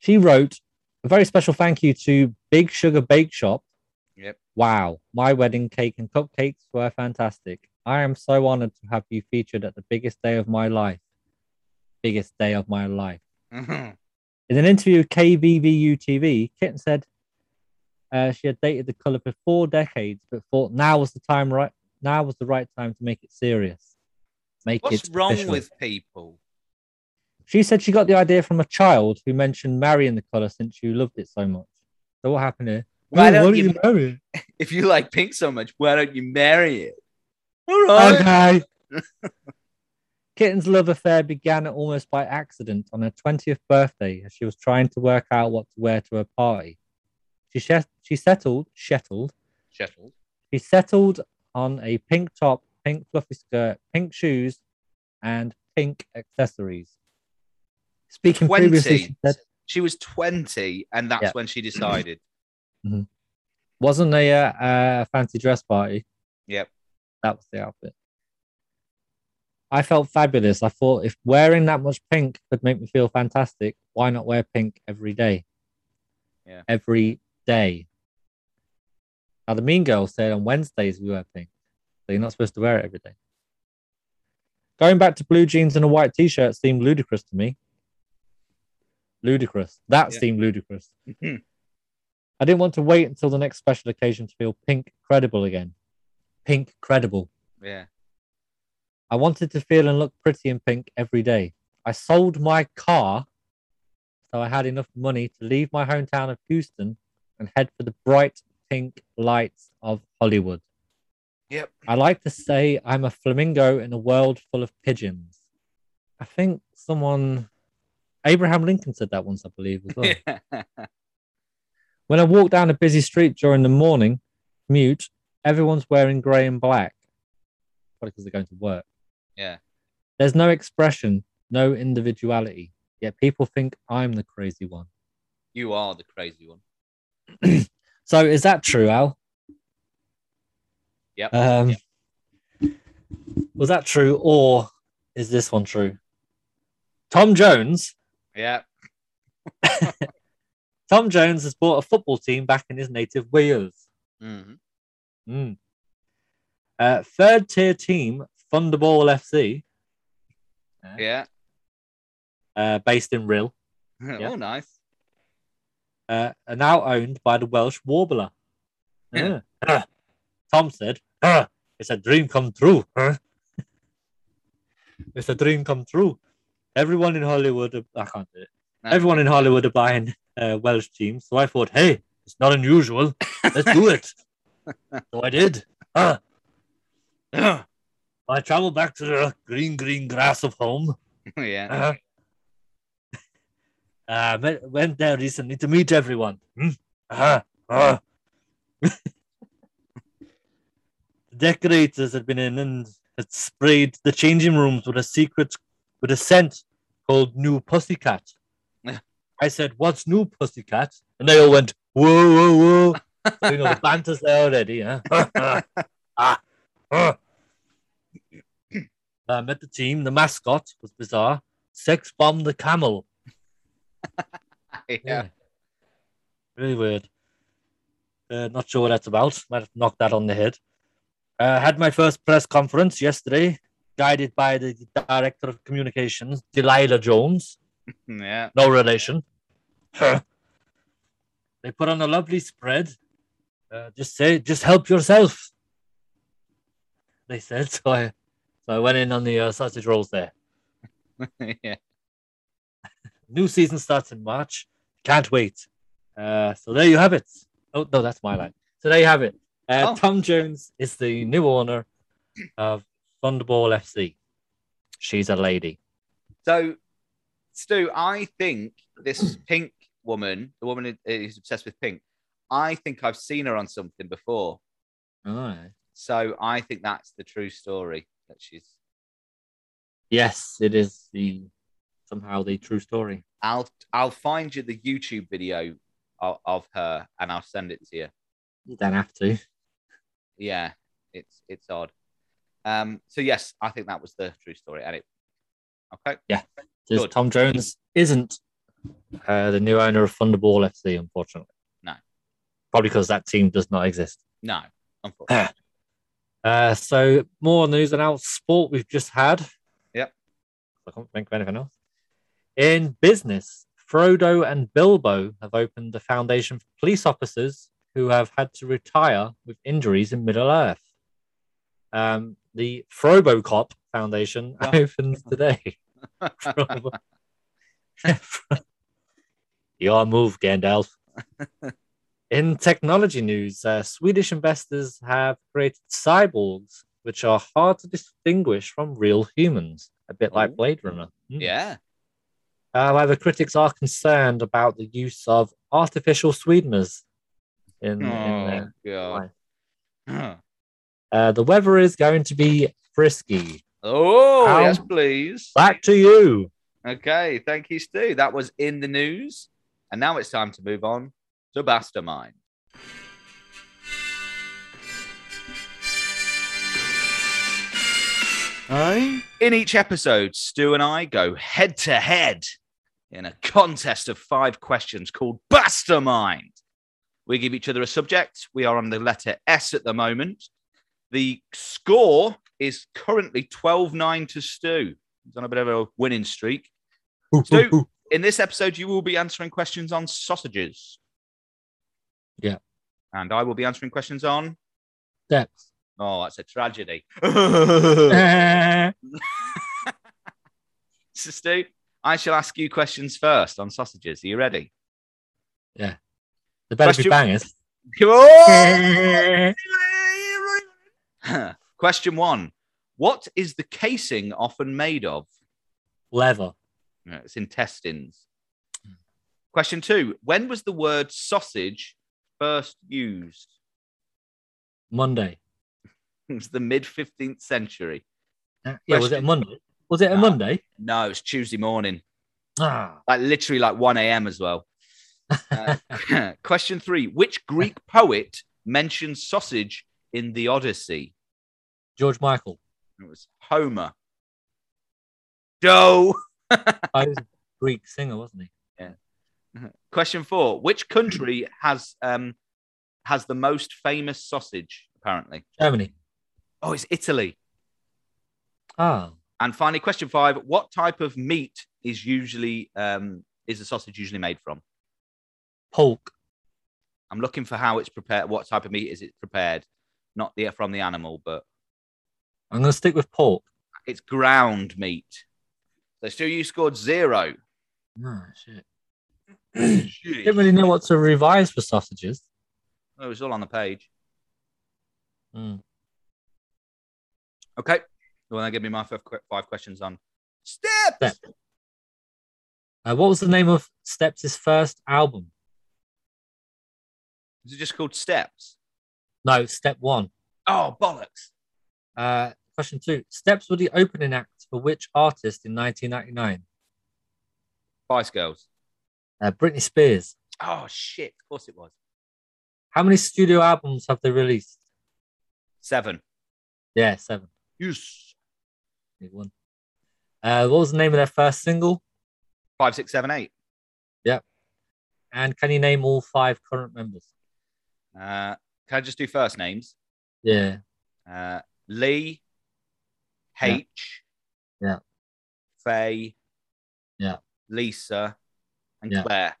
She wrote a very special thank you to Big Sugar Bake Shop. Yep. Wow. My wedding cake and cupcakes were fantastic. I am so honored to have you featured at the biggest day of my life. Biggest day of my life. In an interview with KBVU TV, Kitten said uh, she had dated the color for four decades, but thought now was the time right. Now was the right time to make it serious. Make What's it wrong official. with people? She said she got the idea from a child who mentioned marrying the color since you loved it so much. So what happened here? Why Ooh, don't what you- do you marry? If you like pink so much, why don't you marry it? All right. Okay. Kitten's love affair began almost by accident on her 20th birthday as she was trying to work out what to wear to her party. She, shet- she settled, settled, Shuttle. She settled on a pink top, pink fluffy skirt, pink shoes, and pink accessories. Speaking 20. previously, she said, she was 20, and that's Yeah. when she decided. Wasn't a uh, uh, fancy dress party. Yep. That was the outfit. I felt fabulous. I thought if wearing that much pink could make me feel fantastic, why not wear pink every day? Yeah. Every day. Now, the mean girls said on Wednesdays we wear pink. So you're not supposed to wear it every day. Going back to blue jeans and a white t shirt seemed ludicrous to me. Ludicrous. That Yeah. seemed ludicrous. I didn't want to wait until the next special occasion to feel pink credible again. Pink credible. yeah. I wanted to feel and look pretty in pink every day. I sold my car so I had enough money to leave my hometown of Houston and head for the bright pink lights of Hollywood. Yep. I like to say I'm a flamingo in a world full of pigeons. I think someone, Abraham Lincoln said that once, I believe, as well. When I walk down a busy street during the morning commute, everyone's wearing grey and black. Probably because they're going to work. Yeah. There's no expression, no individuality. Yet people think I'm the crazy one. You are the crazy one. So is that true, Al? Yep. Um, Was that true, or is this one true? Tom Jones. Yeah. Tom Jones has bought a football team back in his native Wales. Mhm. Mm. Uh, third tier team, Thunderball FC, Yeah. uh, based in Rill, Oh, nice. uh, are now owned by the Welsh Warbler. Yeah. Uh, Tom said, "Uh, It's a dream come true. huh?" it's a dream come true. Everyone in Hollywood, are- I can't do it. No. Everyone in Hollywood are buying uh, Welsh teams. So I thought, hey, it's not unusual. Let's do it. so I did. Uh, I traveled back to the green, green grass of home. yeah. Uh-huh. Uh, met, went there recently to meet everyone. Hmm? Uh-huh. Uh. the decorators had been in and had sprayed the changing rooms with a secret, with a scent called New Pussycat. I said, What's New Pussycat? And they all went, Whoa, whoa, whoa. So, you know, the banter's there already. Huh? Ah, ah. I met the team. The mascot was bizarre. Sex bomb the camel. Yeah. Really weird. Uh, not sure what that's about. Might have knocked that on the head. Uh, had my first press conference yesterday, guided by the director of communications, Delilah Jones. Yeah. No relation. they put on a lovely spread. Uh, just say, just help yourself. They said. So I, so I went in on the uh, sausage rolls there. yeah. New season starts in March. Can't wait. Uh, so there you have it. Oh no, that's my line. So there you have it. Uh, Oh. Tom Jones is the new owner of Thunderball FC. She's a lady. So, Stu, I think this pink woman, the woman who- who's obsessed with pink, I think I've seen her on something before. So I think that's the true story that she's Yes, it is the somehow the true story. I'll I'll find you the YouTube video of, of her and I'll send it to you. You don't have to. Yeah, it's it's odd. Um, so yes, I think that was the true story. And it okay, Just Good. Tom Jones isn't uh, the new owner of Thunderball FC, unfortunately. No. Probably because that team does not exist. no, unfortunately. Uh, so more news and out sport we've just had. Yep. I can't think of anything else. In business, Frodo and Bilbo have opened the foundation for police officers who have had to retire with injuries in Middle Earth. Um, the Frobo Cop Foundation Wow. opens today. Frobo- Your move, Gandalf. In technology news, uh, Swedish investors have created cyborgs which are hard to distinguish from real humans, a bit Ooh. like Blade Runner. Mm. yeah. However, Uh, critics are concerned about the use of artificial sweeteners in, in Oh there. god. Uh, the weather is going to be frisky. Oh Ow. yes, please. Back to you. Okay, thank you, Stu. That was in the news. And now it's time to move on to Mastermind. In each episode, Stu and I go head to head in a contest of five questions called Mastermind. We give each other a subject. We are on the letter S at the moment. The score is currently 12 9 to Stu. He's on a bit of a winning streak. Stu, in this episode, you will be answering questions on sausages. Yeah. And I will be answering questions on. Depth. Oh, that's a tragedy. So, Stu, I shall ask you questions first on sausages. Are you ready? The better Question- be bangers. Question one What is the casing often made of? Leather. Yeah, It's intestines. Question two When was the word sausage first used? Monday. It was the mid 15th century. Uh, Yeah, was it Question- Ah. Monday? Was it a Nah. Monday? No, it's Tuesday morning, Ah, like literally like 1 a.m. as well. Uh, question three Which Greek poet mentions sausage in the Odyssey? George Michael. It was Homer. Doe. I was a Greek singer, wasn't he? Question four: Which country has um has the most famous sausage? Apparently, Germany. oh, it's Italy. Ah, And finally, question five: What type of meat is usually um is the sausage usually made from? Polk. I'm looking for how it's prepared. What type of meat is it prepared? Not the from the animal, but I'm going to stick with pork. it's ground meat. So, Stu, you scored zero. Ah, shit. Didn't Jeez. really know what to revise for sausages. It was Oh, all on the page. Mm. Okay. Well, then give me my five que- five questions on steps. Step. Uh, what was the name of Steps' first album? Is it just called steps? No, Step One. Oh, bollocks. Uh, question two. Steps were the opening act for which artist in 1999? Spice Girls. Uh, Britney Spears. Oh, shit. Of course it was. How many studio albums have they released? Seven. Yeah, seven. Yes. Big one. Uh, what was the name of their first single? Five, six, seven, eight. And can you name all five current members? Uh, can I just do first names? Yeah. Uh, Lee, Yeah. H, Yeah. Faye, Yeah. Lisa, and Yeah. Claire.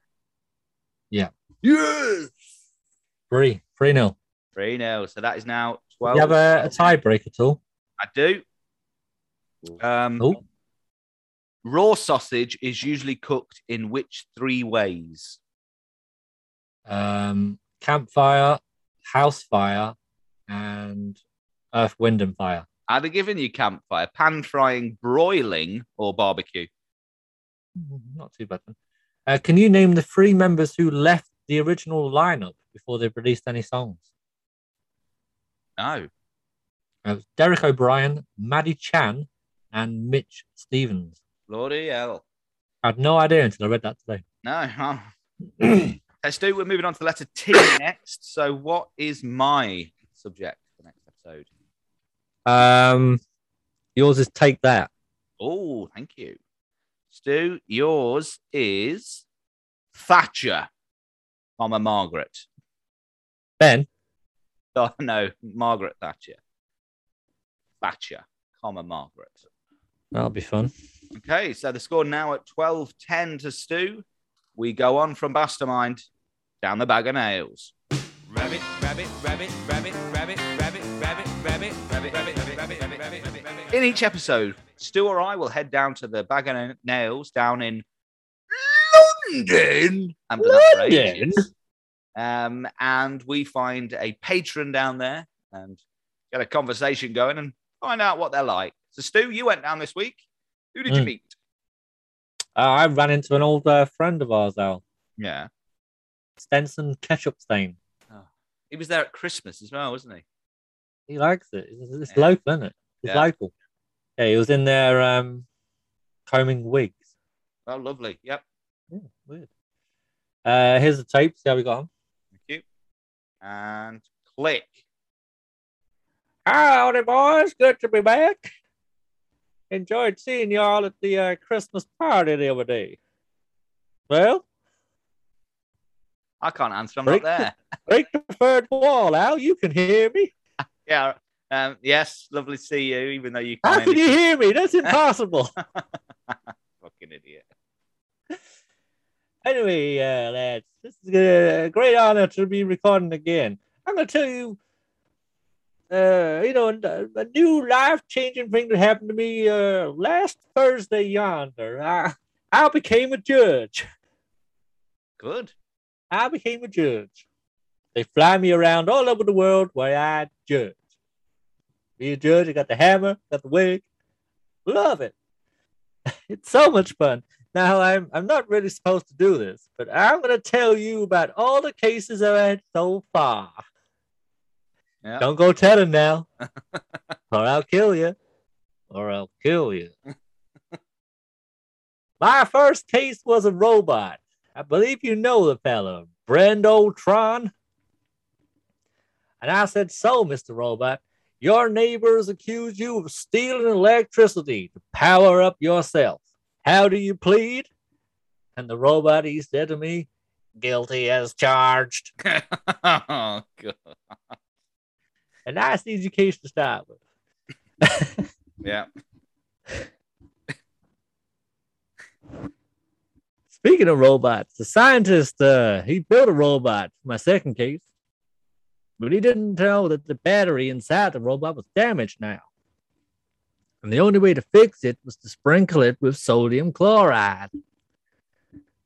Yeah. Yes. Three. Three nil. Three nil. So that is now Do twelve. you have a, a tiebreak at all? I do. Um, Oh. Raw sausage is usually cooked in which three ways? Um, campfire, house fire, and earth, wind, and fire. I'd have given you campfire, pan frying, broiling, or barbecue. Mm, Not too bad. Then. Uh, can you name the three members who left the original lineup before they released any songs? No. Uh, Derek O'Brien, Maddie Chan, and Mitch Stevens. Bloody hell. I had no idea until I read that today. No. huh. Let's do. We're moving on to the letter T next. So, what is my subject for next episode? Um, yours is take that. Oh, thank you. Stu, yours is Thatcher, Mama Margaret. Ben, Oh, no, Margaret Thatcher. Thatcher, comma Margaret. that'll be fun. Okay, so the score now at 12 10 to Stu. We go on from Mastermind down the bag of nails. Rabbit, rabbit, rabbit, rabbit, rabbit, rabbit, rabbit, rabbit, rabbit, rabbit, rabbit, rabbit, rabbit, rabbit. In each episode, Stu or I will head down to the bag of na- nails down in London. I haven't done that for ages. Um, and we find a patron down there and get a conversation going and find out what they're like. So, Stu, you went down this week. Who did you Mm. meet? Uh, I ran into an old uh, friend of ours, Al Yeah. Stenson Ketchup Stain. He was there at Christmas as well, wasn't he? He likes it. It's, it's Yeah. local, isn't it? It's Yeah. local. Yeah, he was in there um, combing wigs. Oh, lovely. Yep. Yeah, weird. Uh, here's the tape. See how we got on. Thank you. And click. Howdy, boys. Good to be back. Enjoyed seeing y'all at the uh, Christmas party the other day. Well, I can't answer. I'm Break not there. break the third wall, Al. You can hear me. yeah. Um, yes. Lovely to see you, even though you How can't. can you hear me? That's impossible. Fucking idiot. anyway, uh, lads, this is a great honor to be recording again. I'm going to tell you, uh, you know, a a new life changing thing that happened to me uh, last Thursday yonder. I, I became a judge. Good. I became a judge. They fly me around all over the world where I judge. Be a judge, I got the hammer, got the wig. Love it. It's so much fun. Now I'm I'm not really supposed to do this, but I'm gonna tell you about all the cases I've had so far. Yeah. Don't go telling now, or I'll kill you, or I'll kill you. My first case was a robot. I believe you know the fella, Brendo Tron. And I said, So, Mr. Robot, your neighbors accuse you of stealing electricity to power up yourself. How do you plead? And the robot, he said to me, Guilty as charged. oh god. A nice, easy case to start with. Yeah. Speaking of robots, the scientist uh, he built a robot for my second case, but he didn't tell that the battery inside the robot was damaged now. And the only way to fix it was to sprinkle it with sodium chloride.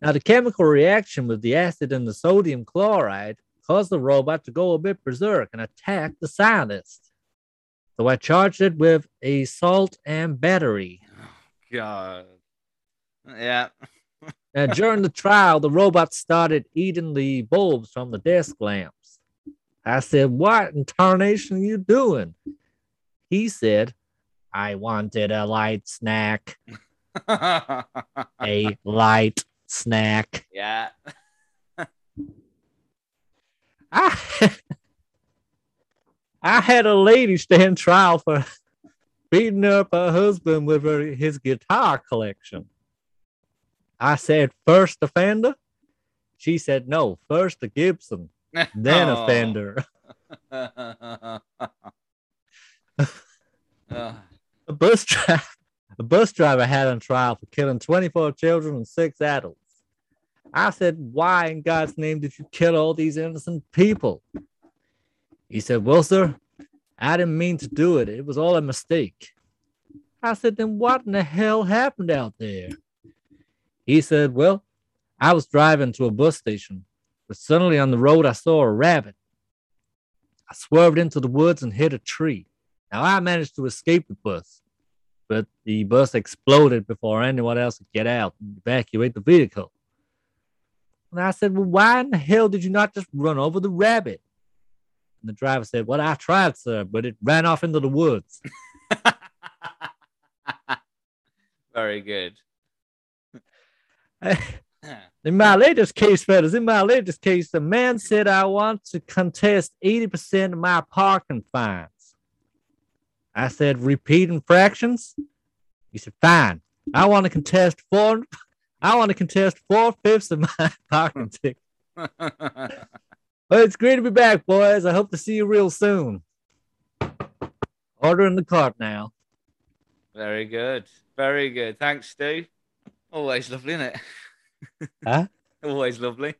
Now, the chemical reaction with the acid and the sodium chloride caused the robot to go a bit berserk and attack the scientist. So I charged it with a salt and battery. God. Yeah. Uh, during the trial, the robot started eating the bulbs from the desk lamps. I said, What in tarnation are you doing? He said, I wanted a light snack, a light snack. yeah. I, I had a lady stand trial for beating up her husband with her, his guitar collection. I said, first offender? She said, no, first a Gibson, then Oh. offender. Ah, A bus driver, a bus driver had on trial for killing 24 children and six adults. I said, Why in God's name did you kill all these innocent people? He said, Well, sir, I didn't mean to do it. It was all a mistake. I said, Then what in the hell happened out there? He said, Well, I was driving to a bus station, but suddenly on the road I saw a rabbit. I swerved into the woods and hit a tree. Now I managed to escape the bus, but the bus exploded before anyone else could get out and evacuate the vehicle. And I said, Well, why in the hell did you not just run over the rabbit? And the driver said, Well, I tried, sir, but it ran off into the woods. Very good. In my latest case, fellas, in my latest case, the man said I want to contest 80% of my parking fines. I said, repeat infractions? He said, fine. I want to contest four I want to contest four fifths of my parking ticket. Well, it's great to be back, boys. I hope to see you real soon. Ordering the cart now. Very good. Very good. Thanks, Stu. Always lovely, isn't it? Huh? Always lovely.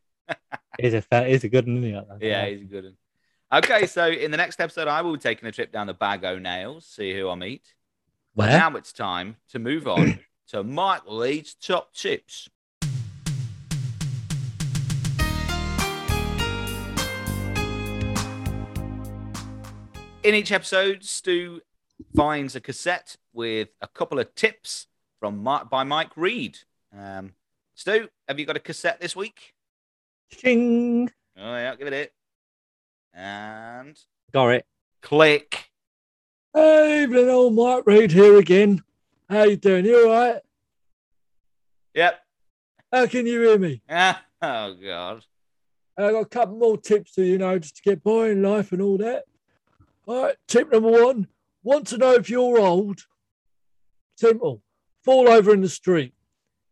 Is it fat? Is it good? Isn't it? Yeah, he's a good one. Okay, so in the next episode, I will be taking a trip down the Bag O' Nails, see who I meet. But Well, now it's time to move on to Mike Leeds Top Tips. In each episode, Stu finds a cassette with a couple of tips from Mike, by Mike Reed. Um, Stu, have you got a cassette this week? ching. Oh yeah, give it it. And Got it. click. Hey, evening, old Mike Reed here again. How you doing? You all right? Yep. How can you hear me? Ah. Oh God. And I got a couple more tips to you know just to get by in life and all that. All right, tip number one: want to know if you're old? Simple. Fall over in the street.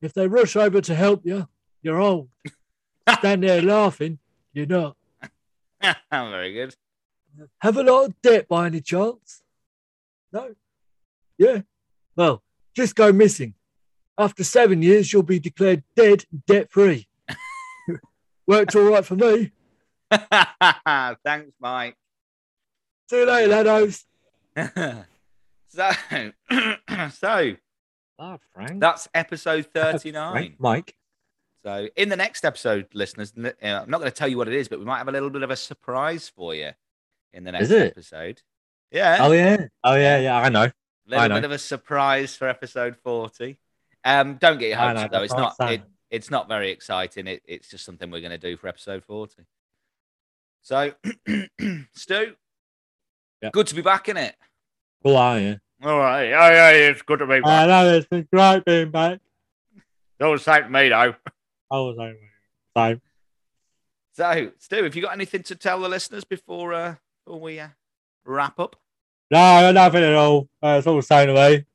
If they rush over to help you, you're old. Stand there laughing, you're not. Very good. Have a lot of debt by any chance? No. Yeah. Well, just go missing. After seven years, you'll be declared dead, debt free. Worked all right for me. Thanks, Mike. See you later, laddos. so, so Ah, Frank. that's episode thirty-nine. Frank, Mike. So, in the next episode, listeners, n- uh, I'm not going to tell you what it is, but we might have a little bit of a surprise for you in the next Is it? episode. Yeah, Oh yeah. Oh yeah. Yeah. I know. a little know. bit of a surprise for episode 40. Um, don't get your I hopes know. up, though. It's not. Sam. It, it's not very exciting. It, it's just something we're going to do for episode 40. So, Stu, Yeah. good to be back in it. Well, are you? All right. Yeah, yeah, it's good to be back. I know. It's been great being back. Don't say to me, though. I was over. Same. So, Stu, have you got anything to tell the listeners before, uh, before we uh, wrap up? No, nothing at all. Uh, it's all the same to me.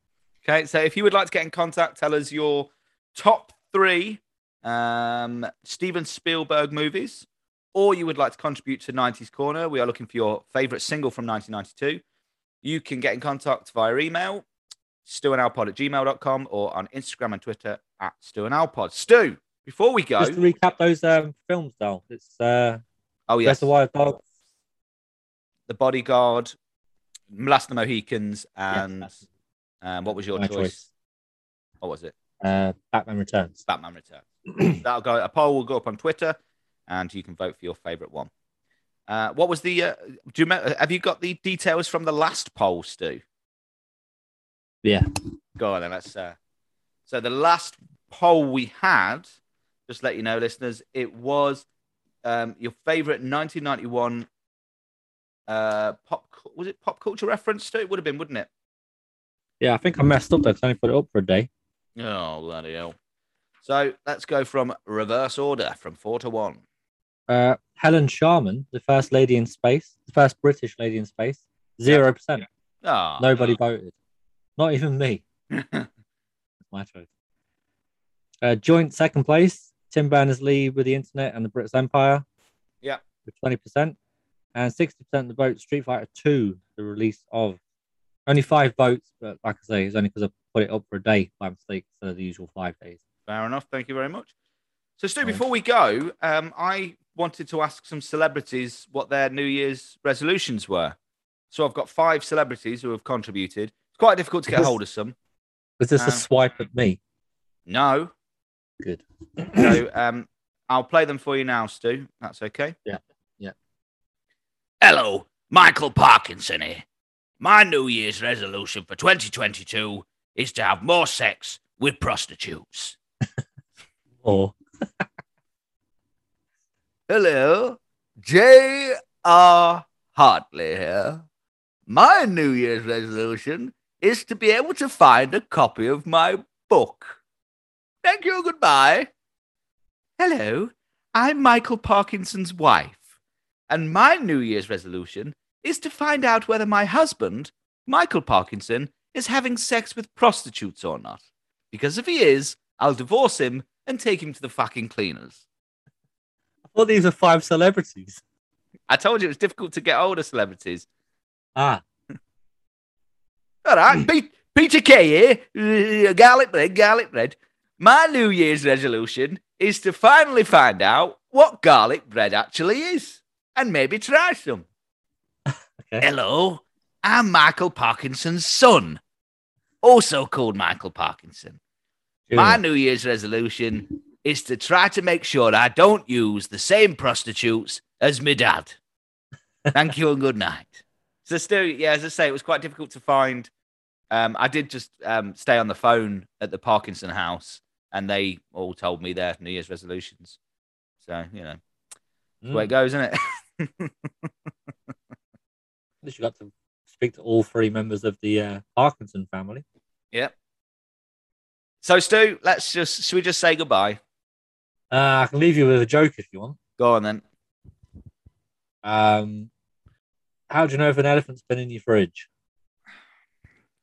Okay, so if you would like to get in contact, tell us your top three um, Steven Spielberg movies, or you would like to contribute to 90s Corner. We are looking for your favorite single from 1992. You can get in contact via email, stewandalpod at gmail.com, or on Instagram and Twitter at stewandalpod. Stu, before we go, Just to recap those um, films, though. It's uh, oh, yes, Reservoir Dogs. The Bodyguard, Last of the Mohicans, Yeah, and that's um, what was your my choice? What was it? Uh, Batman Returns. Batman Returns. That'll go. A poll will go up on Twitter, and you can vote for your favorite one. Uh, what was the? Uh, do you remember, have you got the details from the last poll, Stu? Yeah. Go on then. Let's. Uh, so the last poll we had, just to let you know, listeners, it was um, your favorite 1991 uh, pop. cu- Was it pop culture reference? Stu, it would have been, wouldn't it? Yeah, I think I messed up there. 'cause I only put it up for a day. Oh bloody hell! So let's go from reverse order, from four to one. Uh, Helen Sharman, the first lady in space, the first British lady in space. Zero percent. Ah, Nobody voted. Not even me. My choice. Uh, joint second place, Tim Berners Lee with the Internet and the British Empire. Yeah. With 20%. And 60% of the vote, Street Fighter 2, the release of. Only five votes, but like I say, it's only because I put it up for a day by mistake instead of the usual five days. Fair enough. Thank you very much. So, Stu, Right. before we go, um, I wanted to ask some celebrities what their New Year's resolutions were. So, I've got five celebrities who have contributed. It's quite difficult to get Yes. hold of some. Was this Um, a swipe at me? No. Good. So, um, I'll play them for you now, Stu. That's okay. Yeah. Yeah. Hello, Michael Parkinson here. My New Year's resolution for 2022 is to have more sex with prostitutes. Or Hello, J.R. Hartley here. My New Year's resolution is to be able to find a copy of my book. Thank you, goodbye. Hello, I'm Michael Parkinson's wife, and my New Year's resolution is to find out whether my husband, Michael Parkinson, is having sex with prostitutes or not. Because if he is, I'll divorce him and take him to the fucking cleaners. I thought these were five celebrities. I told you it was difficult to get older celebrities. Ah, All right, Pe- Peter Kay here, uh, garlic bread, garlic bread. My New Year's resolution is to finally find out what garlic bread actually is and maybe try some. Okay. Hello, I'm Michael Parkinson's son, also called Michael Parkinson. My New Year's resolution is to try to make sure I don't use the same prostitutes as my dad. Thank you and good night. So, Stu, yeah, as I say, it was quite difficult to find. Um, I did just um, stay on the phone at the Parkinson house, and they all told me their New Year's resolutions. So, you know, it's Hmm. the way it goes, isn't it? At least you got to speak to all three members of the uh, Parkinson family. so, Stu, let's just, should we just say goodbye? Uh, I can leave you with a joke if you want. Go on then. Um, how do you know if an elephant's been in your fridge?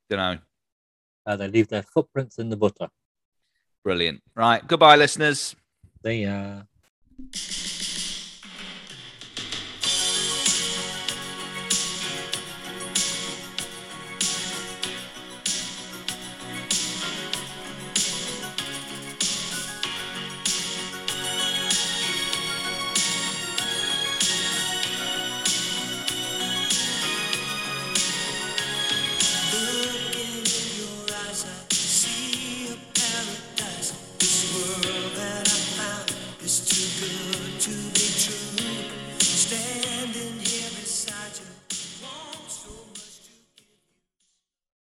Don't know. Uh, they leave their footprints in the butter. Brilliant. Right. Goodbye, listeners. They uh,